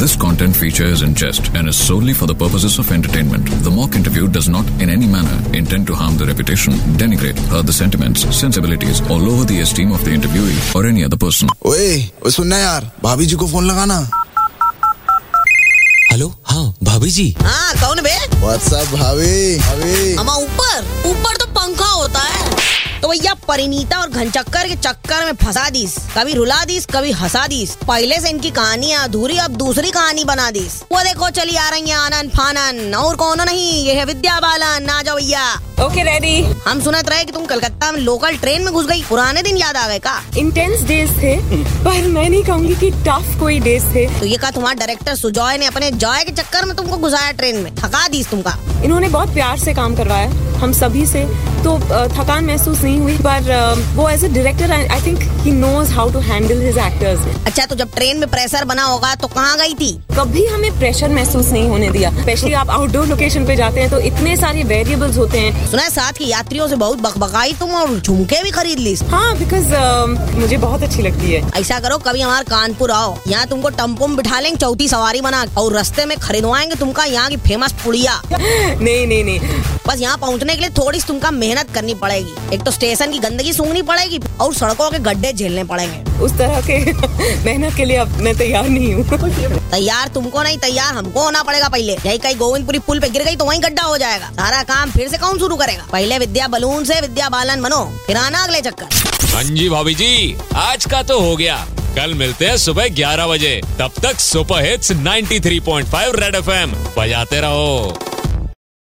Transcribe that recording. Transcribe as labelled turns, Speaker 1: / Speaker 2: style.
Speaker 1: This content feature is in jest and is solely for the purposes of entertainment. The mock interview does not in any manner intend to harm the reputation, denigrate, hurt the sentiments, sensibilities, or lower the esteem of the interviewee or any other person.
Speaker 2: ओए ओए सुनना यार भाभी जी को phone लगाना
Speaker 3: hello हाँ भाभी जी
Speaker 4: हाँ कौन बे
Speaker 2: व्हाट्सअप भाभी भाभी
Speaker 4: अमा ऊपर ऊपर तो पंखा होता है तो भैया परिणीता और घनचक्कर के चक्कर में फंसा दीस कभी रुला दीस कभी हंसा दीस पहले से इनकी कहानी है अधूरी अब दूसरी कहानी बना दीस वो देखो चली आ रही है आनन फानन और कौन नहीं ये है विद्या बालन ना जाओ भैया
Speaker 5: ओके रेडी
Speaker 4: हम सुनत रहे कि तुम कलकत्ता में लोकल ट्रेन में घुस गई पुराने दिन याद आ गए का
Speaker 5: इंटेंस डेज थे पर मैं नहीं कहूंगी कि टफ कोई डेज थे
Speaker 4: तो ये कहा तुम्हारा डायरेक्टर सुजॉय ने अपने जॉय के चक्कर में तुमको घुसाया ट्रेन में थका दीस तुमका
Speaker 5: इन्होंने बहुत प्यार से काम करवाया हम सभी से तो अ, थकान महसूस नहीं हुई पर अ, वो as a director I think he knows how to handle his actors
Speaker 4: अच्छा तो जब ट्रेन में प्रेशर बना होगा तो कहाँ गई थी
Speaker 5: कभी हमें प्रेशर महसूस नहीं होने दिया स्पेशली आप आउटडोर लोकेशन पे जाते हैं तो इतने सारे वेरिएबल्स होते हैं
Speaker 4: सुना है साथ के यात्रियों से बहुत बकबकाई तुम और झुमके भी खरीद ली
Speaker 5: हाँ बिकॉज मुझे बहुत अच्छी लगती है
Speaker 4: ऐसा करो कभी हमारे कानपुर आओ यहाँ तुमको टम्पो में बिठा लेंगे चौथी सवारी बना और रास्ते में खरीदवाएंगे तुमका यहाँ की फेमस पुड़िया
Speaker 5: नहीं नहीं नहीं
Speaker 4: बस यहाँ पहुँचने के लिए थोड़ी सी तुमका मेहनत करनी पड़ेगी एक तो स्टेशन की गंदगी सूंघनी पड़ेगी और सड़कों के गड्ढे झेलने पड़ेंगे
Speaker 5: उस तरह के मेहनत के लिए अब मैं तैयार नहीं हूँ
Speaker 4: तैयार तुमको नहीं तैयार हमको होना पड़ेगा पहले यही कहीं गोविंदपुरी पुल पे गिर गई तो वहीं गड्ढा हो जाएगा सारा काम फिर से कौन शुरू करेगा पहले विद्या बलून से विद्या बालन बनो फिर आना अगले चक्कर
Speaker 6: हाँ जी भाभी जी आज का तो हो गया कल मिलते हैं सुबह 11 बजे तब तक सुपर हिट्स 93.5 रेड एफएम बजाते रहो